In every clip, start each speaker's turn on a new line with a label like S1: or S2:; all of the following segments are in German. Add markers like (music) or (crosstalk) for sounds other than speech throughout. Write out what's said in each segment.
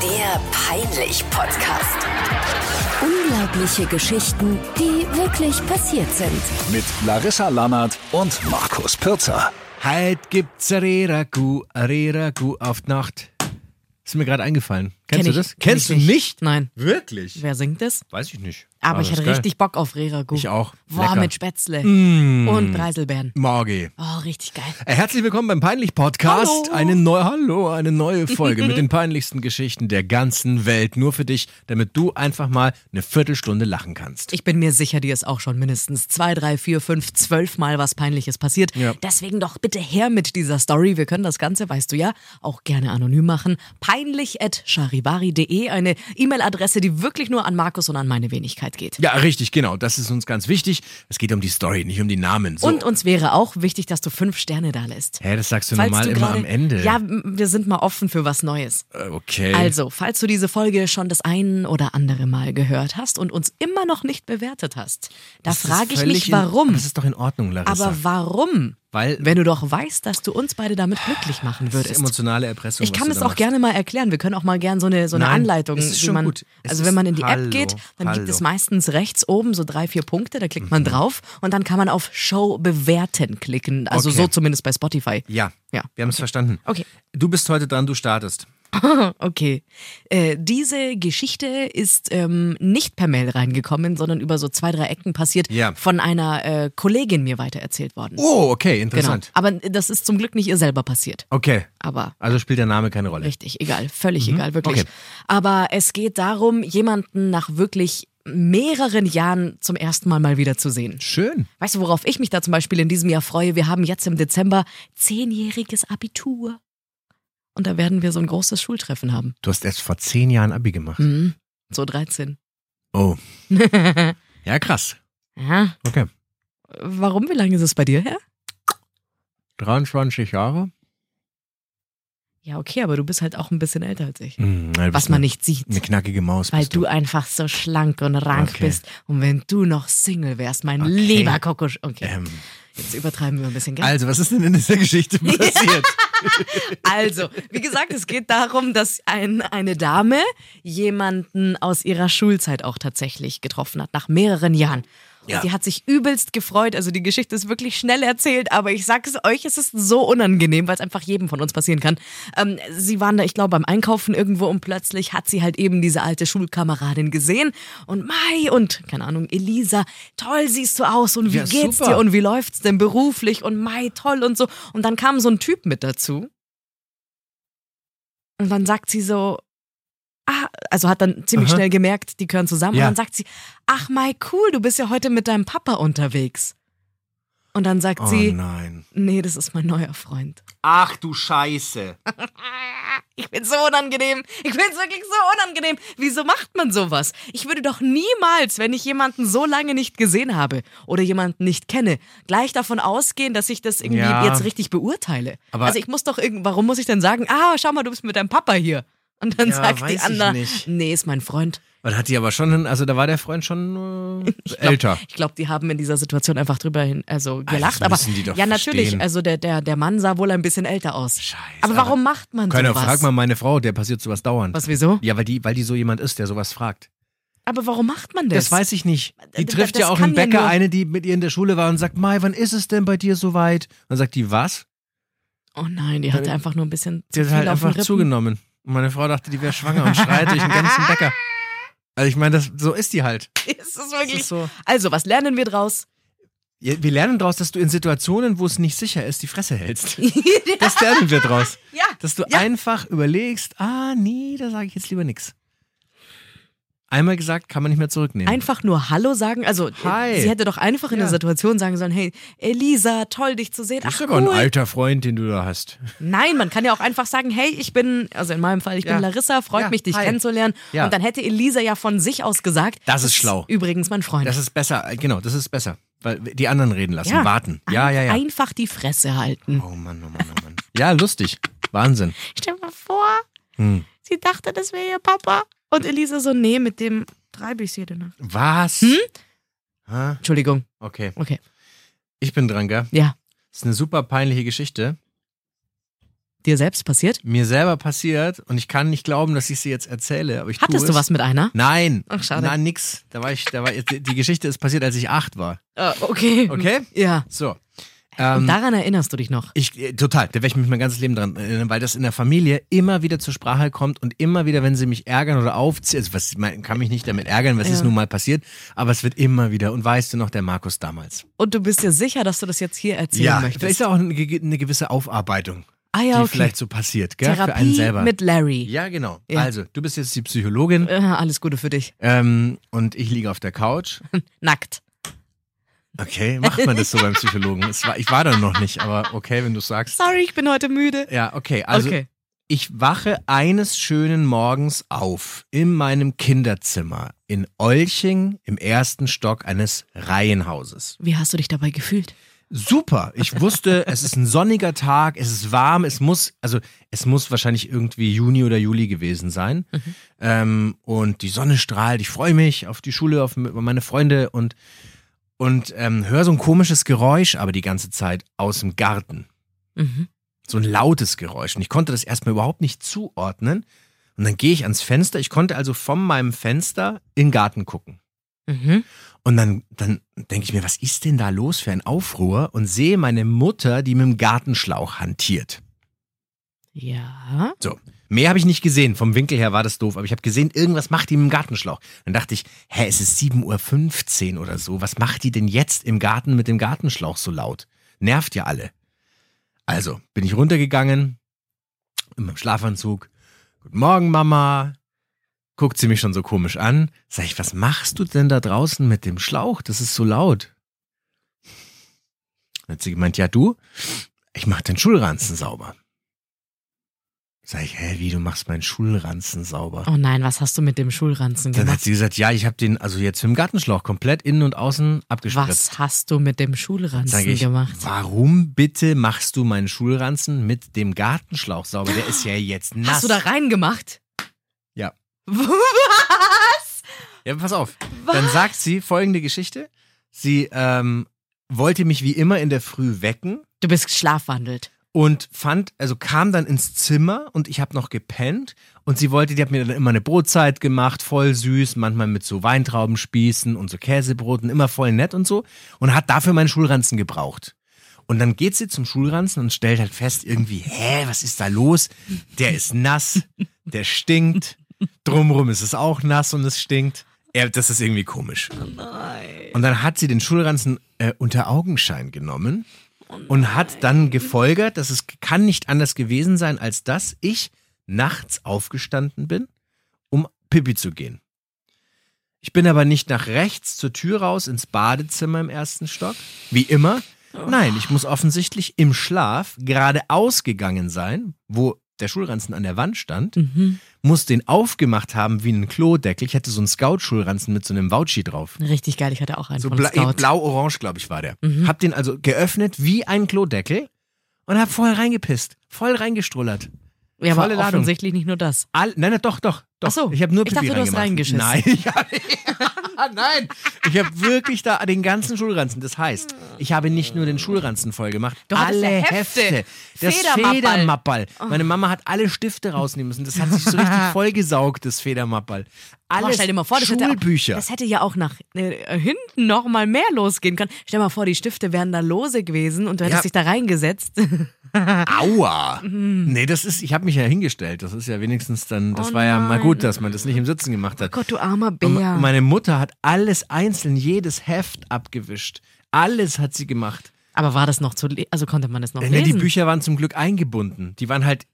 S1: Der Peinlich-Podcast. Unglaubliche Geschichten, die wirklich passiert sind.
S2: mit Larissa Lammert und Markus Pirzer.
S3: Halt gibt's Reragu, Reragu auf die Nacht. Ist mir gerade eingefallen. Kennst
S4: Kenn
S3: du
S4: ich-
S3: das?
S4: kenn
S3: Kennst
S4: ich
S3: du
S4: nicht.
S3: nicht?
S4: Nein.
S3: Wirklich?
S4: Wer singt das?
S3: Weiß ich nicht.
S4: Aber
S3: Ah,
S4: ich
S3: das
S4: hatte
S3: ist geil.
S4: richtig Bock auf Reragu.
S3: Ich auch.
S4: Boah,
S3: Lecker. Mm.
S4: mit Spätzle und Preiselbeeren.
S3: Morgi.
S4: Oh, richtig geil.
S3: Äh, Herzlich willkommen beim Peinlich Podcast.
S4: Hallo.
S3: Eine neue Hallo, eine
S4: (laughs)
S3: neue Folge mit den peinlichsten Geschichten der ganzen Welt nur für dich, damit du einfach mal eine Viertelstunde lachen kannst.
S4: Ich bin mir sicher, dir ist auch schon mindestens zwei, drei, vier, fünf, zwölf Mal was Peinliches passiert.
S3: Ja.
S4: Deswegen doch bitte her mit dieser Story. Wir können das Ganze, weißt du ja, auch gerne anonym machen. Peinlich@charivari.de, eine E-Mail-Adresse, die wirklich nur an Markus und an meine Wenigkeit geht.
S3: ja, richtig, genau. Das ist uns ganz wichtig. Es geht um die Story, nicht um die Namen. So.
S4: Und uns wäre auch wichtig, dass du fünf Sterne da lässt.
S3: Hä, das sagst du
S4: Falls
S3: normal
S4: du
S3: immer
S4: gerade-
S3: am Ende.
S4: Ja, m- wir sind mal offen für was Neues.
S3: Äh, Okay.
S4: Also, falls du diese Folge schon das ein oder andere Mal gehört hast und uns immer noch nicht bewertet hast, da
S3: Das ist
S4: frage ich
S3: völlig
S4: mich,
S3: in-
S4: warum.
S3: Das ist doch in Ordnung, Larissa.
S4: Aber warum?
S3: Weil-
S4: Wenn du doch weißt, dass du uns beide damit glücklich machen
S3: Das ist
S4: würdest.
S3: emotionale Erpressung.
S4: Ich
S3: was
S4: kann
S3: du
S4: es
S3: da
S4: auch
S3: machst.
S4: gerne mal erklären. Wir können auch mal gerne so eine, so eine
S3: Nein,
S4: Anleitung.
S3: es ist
S4: wie
S3: schon
S4: man,
S3: gut. Es
S4: Also
S3: ist-
S4: wenn man in die
S3: Hallo,
S4: App geht, dann gibt es
S3: hallo. Mhm.
S4: meistens rechts oben so drei, vier Punkte. Da klickt man drauf und dann kann man auf Show bewerten klicken. Also
S3: Okay.
S4: so zumindest bei Spotify.
S3: Ja,
S4: Ja.
S3: wir haben es verstanden.
S4: Okay.
S3: Du bist heute dran, du startest.
S4: Okay. Äh, diese Geschichte ist ähm, nicht per Mail reingekommen, sondern über so zwei, drei Ecken passiert,
S3: Ja.
S4: von einer äh, Kollegin mir weitererzählt worden.
S3: Oh, okay,
S4: genau.
S3: interessant.
S4: Aber das ist zum Glück nicht ihr selber passiert.
S3: Okay,
S4: Aber
S3: also spielt der Name keine Rolle.
S4: richtig, egal, völlig egal, wirklich.
S3: Mhm. Okay.
S4: Aber es geht darum, jemanden nach wirklich mehreren Jahren zum ersten Mal mal wieder zu sehen.
S3: Schön.
S4: Weißt du, worauf ich mich da zum Beispiel in diesem Jahr freue? Wir haben jetzt im Dezember zehnjähriges Abitur. Und da werden wir so ein großes Schultreffen haben.
S3: Du hast erst vor zehn Jahren Abi gemacht.
S4: Mhm. So 13.
S3: Oh. Ja, krass.
S4: (laughs) Ja.
S3: Okay.
S4: Warum? Wie lange ist es bei dir her?
S3: 23 Jahre.
S4: Ja, okay, aber du bist halt auch ein bisschen älter als ich.
S3: Hm, na, du
S4: Was
S3: bist
S4: man
S3: eine-
S4: nicht sieht.
S3: Eine knackige Maus.
S4: Weil
S3: bist
S4: du einfach so schlank und rank
S3: Okay.
S4: bist. Und wenn du noch Single wärst, mein
S3: Okay.
S4: lieber Kokosch. Okay,
S3: Ähm,
S4: jetzt übertreiben wir ein bisschen, gell?
S3: also, was ist denn in dieser
S4: (laughs)
S3: Geschichte passiert?
S4: Also, wie gesagt, es geht darum, dass ein, eine Dame jemanden aus ihrer Schulzeit auch tatsächlich getroffen hat, nach mehreren Jahren. Und
S3: Ja.
S4: sie hat sich übelst gefreut. Also die Geschichte ist wirklich schnell erzählt, aber ich sag's euch, es ist so unangenehm, weil es einfach jedem von uns passieren kann. Ähm, sie waren da, ich glaube, beim Einkaufen irgendwo und plötzlich hat sie halt eben diese alte Schulkameradin gesehen und Mai und, keine Ahnung, Elisa, toll siehst du aus und wie
S3: Ja,
S4: geht's
S3: super.
S4: dir und wie läuft's denn beruflich und Mai, toll und so. Und dann kam so ein Typ mit dazu. Und dann sagt sie so, ah, also hat dann ziemlich
S3: Aha.
S4: schnell gemerkt, die gehören zusammen.
S3: Ja.
S4: Und dann sagt sie, ach Mai, cool, du bist ja heute mit deinem Papa unterwegs. Und dann sagt
S3: Oh
S4: sie,
S3: nein.
S4: nee, das ist mein neuer Freund.
S3: Ach du Scheiße.
S4: (laughs) Ich bin so unangenehm. Ich bin wirklich so unangenehm. Wieso macht man sowas? Ich würde doch niemals, wenn ich jemanden so lange nicht gesehen habe oder jemanden nicht kenne, gleich davon ausgehen, dass ich das irgendwie
S3: Ja.
S4: jetzt richtig beurteile.
S3: Aber-
S4: also ich muss doch irgendwie, warum muss ich denn sagen, ah, schau mal, du bist mit deinem Papa hier. Und dann
S3: Ja,
S4: sagt die
S3: weiß ich
S4: Anna,
S3: nicht.
S4: nee, ist mein Freund.
S3: Und hat die aber schon, also da war der Freund schon äh, älter.
S4: (laughs) Ich glaube, die haben in dieser Situation einfach drüber hin, also gelacht. aber
S3: müssen die doch
S4: ja, natürlich.
S3: verstehen.
S4: Also der, der, der Mann sah wohl ein bisschen älter aus.
S3: Scheiße,
S4: Aber warum macht man
S3: Keiner,
S4: sowas?
S3: frag mal meine Frau, der passiert sowas dauernd.
S4: Was wieso?
S3: Ja, weil die, weil die so jemand ist, der sowas fragt.
S4: Aber warum macht man das?
S3: Das, weiß ich nicht. Die
S4: Das-
S3: trifft
S4: das
S3: ja auch
S4: kann
S3: einen
S4: ja
S3: Bäcker,
S4: nur-
S3: eine, die mit ihr in der Schule war und sagt, Mai, wann ist es denn bei dir so weit? Und dann sagt die, was?
S4: Oh nein, die hatte einfach nur ein bisschen
S3: Äh, Die
S4: zu
S3: hat
S4: viel
S3: halt
S4: auf den
S3: einfach
S4: Rippen.
S3: zugenommen. Und meine Frau dachte, die wäre schwanger und schreit durch den ganzen Bäcker. Also ich meine, das, so ist die halt.
S4: (laughs) Es ist
S3: Das
S4: wirklich
S3: ist so.
S4: Also, was lernen wir draus?
S3: Ja, Wir lernen daraus, dass du in Situationen, wo es nicht sicher ist, die Fresse
S4: (laughs)
S3: hältst. Das lernen wir draus.
S4: Ja.
S3: Dass du einfach überlegst, ah nee, da sage ich jetzt lieber nichts. Einmal gesagt, kann man nicht mehr zurücknehmen.
S4: Einfach nur Hallo sagen. Also,
S3: Hi.
S4: sie hätte doch einfach in
S3: Ja.
S4: der Situation sagen sollen: Hey, Elisa, toll, dich zu sehen.
S3: das ist
S4: Ach,
S3: aber
S4: cool.
S3: ein alter Freund, den du da hast.
S4: Nein, man kann ja auch einfach sagen: Hey, ich bin, also in meinem Fall, ich
S3: Ja.
S4: bin Larissa, freut
S3: Ja,
S4: mich, dich
S3: hi.
S4: kennenzulernen.
S3: Ja.
S4: Und dann hätte Elisa ja von sich aus gesagt:
S3: Das ist schlau.
S4: Übrigens, mein Freund.
S3: Das ist besser, äh, genau, das ist besser. Weil wir die anderen reden lassen, warten. Ja,
S4: Ah, Ein-
S3: ja, ja.
S4: Einfach die Fresse halten.
S3: Oh Mann, oh Mann, oh Mann. Ja, lustig. Wahnsinn.
S4: Stell dir mal vor,
S3: Hm.
S4: sie dachte, das wäre ihr Papa. Und Elisa so: Nee, mit dem treibe ich jede Nacht.
S3: Was?
S4: Hm?
S3: Hä?
S4: Entschuldigung.
S3: Okay.
S4: Okay.
S3: Ich bin dran, gell?
S4: Ja.
S3: Das ist eine super peinliche Geschichte.
S4: Dir selbst passiert?
S3: Mir selber passiert und ich kann nicht glauben, dass ich sie jetzt erzähle, aber ich tue
S4: Hattest du
S3: es.
S4: was mit einer?
S3: Nein.
S4: Ach, schade.
S3: Nein, nix. Da war ich, da war, die die Geschichte ist passiert, als ich acht war.
S4: Äh, okay.
S3: Ah, Okay?
S4: Ja.
S3: So.
S4: Und
S3: Ähm,
S4: daran erinnerst du dich noch.
S3: ich, äh, total, da werde ich mich mein ganzes Leben dran erinnern, weil das in der Familie immer wieder zur Sprache kommt und immer wieder, wenn sie mich ärgern oder aufziehen, also was, man kann mich nicht damit ärgern, was ist nun mal passiert, aber es wird immer wieder und weißt du noch, der Markus damals.
S4: Und du bist dir sicher, dass du das jetzt hier erzählen
S3: da ist
S4: möchtest.
S3: ja auch eine, ge- eine gewisse Aufarbeitung,
S4: Ah ja,
S3: die
S4: okay.
S3: vielleicht so passiert, gell,
S4: Therapie
S3: für einen selber.
S4: mit Larry.
S3: ja, genau.
S4: Ja.
S3: Also, du bist jetzt die Psychologin
S4: Äh, alles Gute für dich.
S3: ähm, und ich liege auf der Couch
S4: Nackt.
S3: Okay, macht man das so beim Psychologen? Es war, ich war da noch nicht, aber okay, wenn du sagst.
S4: Sorry, ich bin heute müde.
S3: Ja, okay. Also
S4: okay.
S3: ich wache eines schönen Morgens auf in meinem Kinderzimmer in Olching im ersten Stock eines Reihenhauses.
S4: Wie hast du dich dabei gefühlt?
S3: Super. Ich wusste, es ist ein sonniger Tag, es ist warm, es muss, also es muss wahrscheinlich irgendwie Juni oder Juli gewesen sein. Ähm, und die Sonne strahlt, ich freue mich auf die Schule, auf m- meine Freunde und, und ähm, höre so ein komisches Geräusch aber die ganze Zeit aus dem Garten.
S4: Mhm.
S3: So ein lautes Geräusch. Und ich konnte das erstmal überhaupt nicht zuordnen. Und dann gehe ich ans Fenster. Ich konnte also von meinem Fenster in den Garten gucken.
S4: Mhm.
S3: Und dann, dann denke ich mir, was ist denn da los für ein Aufruhr? Und sehe meine Mutter, die mit dem Gartenschlauch hantiert.
S4: Ja.
S3: So. Mehr habe ich nicht gesehen. Vom Winkel her war das doof, aber ich habe gesehen, irgendwas macht die mit dem Gartenschlauch. Dann dachte ich, hä, es ist 7.15 Uhr oder so. Was macht die denn jetzt im Garten mit dem Gartenschlauch so laut? Nervt ja alle. Also bin ich runtergegangen, in meinem Schlafanzug. Guten Morgen, Mama. Guckt sie mich schon so komisch an. Sag ich, was machst du denn da draußen mit dem Schlauch? Das ist so laut. Dann hat sie gemeint, ja du, ich mach den Schulranzen sauber. Sag ich, hä, wie, du machst meinen Schulranzen sauber?
S4: Oh nein, was hast du mit dem Schulranzen
S3: Dann hat
S4: gemacht?
S3: sie gesagt, ja, ich habe den also jetzt im Gartenschlauch komplett innen und außen abgespritzt.
S4: Was hast du mit dem Schulranzen
S3: Sag ich,
S4: gemacht?
S3: warum bitte machst du meinen Schulranzen mit dem Gartenschlauch sauber? Der ist ja jetzt nass.
S4: Hast du da (laughs) reingemacht?
S3: Ja.
S4: Was?
S3: Ja, pass auf. Dann sagt sie folgende Geschichte. Sie ähm, wollte mich wie immer in der Früh wecken
S4: Du bist schlafwandelt.
S3: und fand, also kam dann ins Zimmer und ich habe noch gepennt und sie wollte, die hat mir dann immer eine Brotzeit gemacht, voll süß, manchmal mit so Weintraubenspießen und so Käsebroten, immer voll nett und so und hat dafür meinen Schulranzen gebraucht. Und dann geht sie zum Schulranzen und stellt halt fest irgendwie, hä, was ist da los? Der ist nass, der stinkt, drumrum ist es auch nass und es stinkt. Ja, das ist irgendwie komisch. Und dann hat sie den Schulranzen äh, unter Augenschein genommen und hat dann gefolgert, dass es kann nicht anders gewesen sein, als dass ich nachts aufgestanden bin, um Pipi zu gehen. Ich bin aber nicht nach rechts zur Tür raus ins Badezimmer im ersten Stock, wie immer. Nein, ich muss offensichtlich im Schlaf geradeaus gegangen sein, wo der Schulranzen an der Wand stand, muss den aufgemacht haben wie einen Klodeckel. Ich hatte so einen Scout-Schulranzen mit so einem Vouchy drauf.
S4: Richtig geil, ich hatte auch einen
S3: So
S4: von
S3: bla
S4: Scout. Mhm.
S3: blau-orange, glaube ich, war der. Hab den also geöffnet wie ein Klodeckel und hab voll reingepisst, voll reingestrullert.
S4: ja, aber
S3: volle Ladung.
S4: offensichtlich nicht nur das.
S3: All, nein, nein, doch, doch, doch.
S4: Ach so,
S3: ich habe nur
S4: ich
S3: Pipi
S4: dachte, du hast
S3: reingemacht.
S4: reingeschissen.
S3: Nein, (laughs) ich hab, nein, ich habe wirklich da den ganzen Schulranzen. Das heißt, ich habe nicht nur den Schulranzen voll gemacht,
S4: Du hattest
S3: alle
S4: ja
S3: Hefte,
S4: Hefte.
S3: das
S4: Federmappal.
S3: Federmappal.
S4: Oh.
S3: Meine Mama hat alle Stifte rausnehmen müssen. Das hat sich so
S4: (laughs)
S3: richtig vollgesaugt, das Federmappal.
S4: Boah,
S3: Alles
S4: stell dir mal vor, das hätte, auch,
S3: Schulbücher.
S4: das hätte ja auch nach äh, hinten noch mal mehr losgehen können. Stell dir mal vor, die Stifte wären da lose gewesen und du hättest
S3: Ja.
S4: dich da reingesetzt.
S3: (laughs) Aua! Nee, das ist, ich habe mich ja hingestellt. Das ist ja wenigstens dann, das
S4: Mhm. Oh
S3: war ja mal
S4: nein. Oh
S3: gut, dass man das nicht im Sitzen gemacht hat.
S4: Gott, du armer
S3: Und
S4: Bär.
S3: me- meine Mutter hat alles einzeln, jedes Heft abgewischt. Alles hat sie gemacht.
S4: Aber war das noch zu le- Also konnte man das noch
S3: Äh, Nee,
S4: lesen?
S3: die Bücher waren zum Glück eingebunden. Die waren halt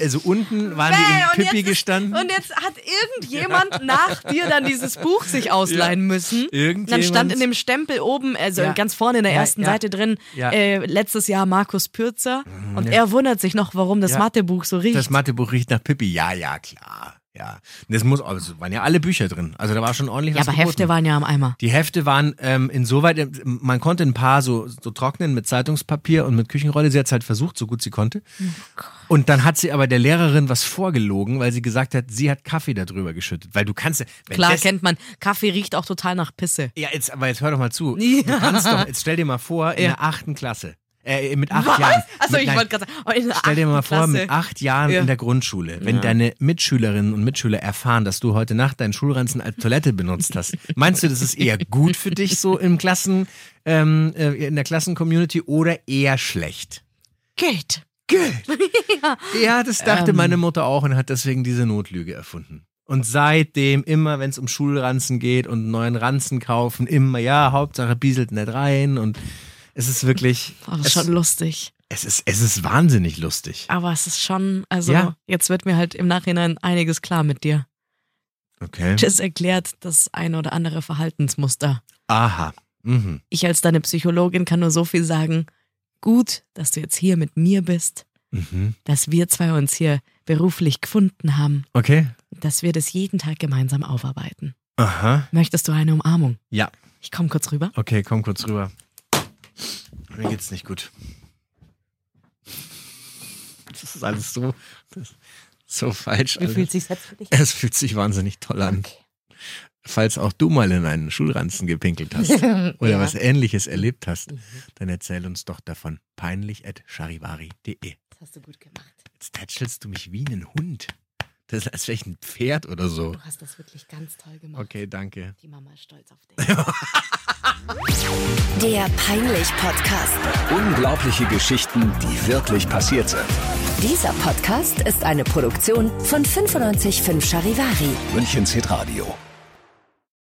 S3: also unten waren die
S4: Bäh,
S3: im Pippi
S4: jetzt ist-
S3: gestanden.
S4: und jetzt hat irgendjemand nach dir dann dieses
S3: (laughs)
S4: Buch sich ausleihen müssen.
S3: Irgendjemand.
S4: Dann stand in dem Stempel oben, also
S3: Ja.
S4: ganz vorne in der
S3: Ja,
S4: ersten
S3: ja.
S4: Seite drin,
S3: Ja. Mhm.
S4: äh, letztes Jahr Markus Pürzer. Und er wundert sich noch, warum das
S3: Ja.
S4: Mathebuch so riecht.
S3: das Mathebuch riecht nach Pippi. Ja, ja, klar. Ja. Und das muss, also waren ja alle Bücher drin. Also da war schon ordentlich
S4: ja,
S3: was
S4: aber
S3: geboten.
S4: Hefte waren ja am Eimer.
S3: Die Hefte waren ähm, insoweit, ähm, man konnte ein paar so, so trocknen mit Zeitungspapier und mit Küchenrolle. Sie hat es halt versucht, so gut sie konnte.
S4: Oh
S3: und dann hat sie aber der Lehrerin was vorgelogen, weil sie gesagt hat, sie hat Kaffee darüber geschüttet. Weil du kannst ja. wenn
S4: Klar
S3: das,
S4: kennt man, Kaffee riecht auch total nach Pisse.
S3: Ja, jetzt, aber jetzt hör doch mal
S4: (laughs)
S3: zu.
S4: Ja.
S3: Du kannst doch, jetzt stell dir mal vor, in
S4: Ja.
S3: der achten Klasse. Äh, mit acht
S4: Was? (laughs)
S3: Jahren.
S4: Achso,
S3: mit,
S4: ich
S3: nein,
S4: wollte gerade sagen, oh, in der
S3: Stell dir mal
S4: achten
S3: vor,
S4: Klasse.
S3: mit acht Jahren
S4: Ja.
S3: in der Grundschule, wenn deine Mitschülerinnen und Mitschüler erfahren, dass du heute Nacht deinen Schulranzen als Toilette benutzt hast, meinst du, das ist eher gut für dich so im Klassen, ähm, äh, in der Klassencommunity oder eher schlecht?
S4: Geht.
S3: Ja, das dachte meine Mutter auch und hat deswegen diese Notlüge erfunden. Und seitdem immer, wenn es um Schulranzen geht und neuen Ranzen kaufen, immer, ja, Hauptsache bieselt nicht rein und es ist wirklich,
S4: Oh, das ist
S3: es,
S4: schon lustig.
S3: es ist, es ist wahnsinnig lustig.
S4: Aber es ist schon, also
S3: Ja.
S4: jetzt wird mir halt im Nachhinein einiges klar mit dir.
S3: Okay.
S4: Das erklärt das ein oder andere Verhaltensmuster.
S3: Aha. Mhm.
S4: Ich als deine Psychologin kann nur so viel sagen. Gut, dass du jetzt hier mit mir bist,
S3: Mhm.
S4: dass wir zwei uns hier beruflich gefunden haben,
S3: Okay.
S4: dass wir das jeden Tag gemeinsam aufarbeiten.
S3: Aha.
S4: Möchtest du eine Umarmung?
S3: Ja.
S4: Ich komme kurz rüber.
S3: Okay, komm kurz rüber. Mir geht's nicht gut. Das ist alles so, das ist so falsch. Wie fühlt sich's jetzt für dich? Es fühlt sich wahnsinnig toll an. Falls auch du mal in einen Schulranzen gepinkelt hast (laughs) (laughs) oder was ähnliches erlebt hast, dann erzähl uns doch davon. Peinlich at charivari.de.
S4: Das hast du gut gemacht.
S3: Jetzt tätschelst du mich wie einen Hund. Das ist, als wäre ich ein Pferd oder so.
S4: hast das wirklich ganz toll gemacht.
S3: Okay, danke.
S4: Die Mama ist stolz auf dich.
S1: Der Peinlich-Podcast.
S2: Unglaubliche Geschichten, die wirklich passiert sind.
S1: Dieser Podcast ist eine Produktion von 955 Charivari.
S2: Münchens Hitradio.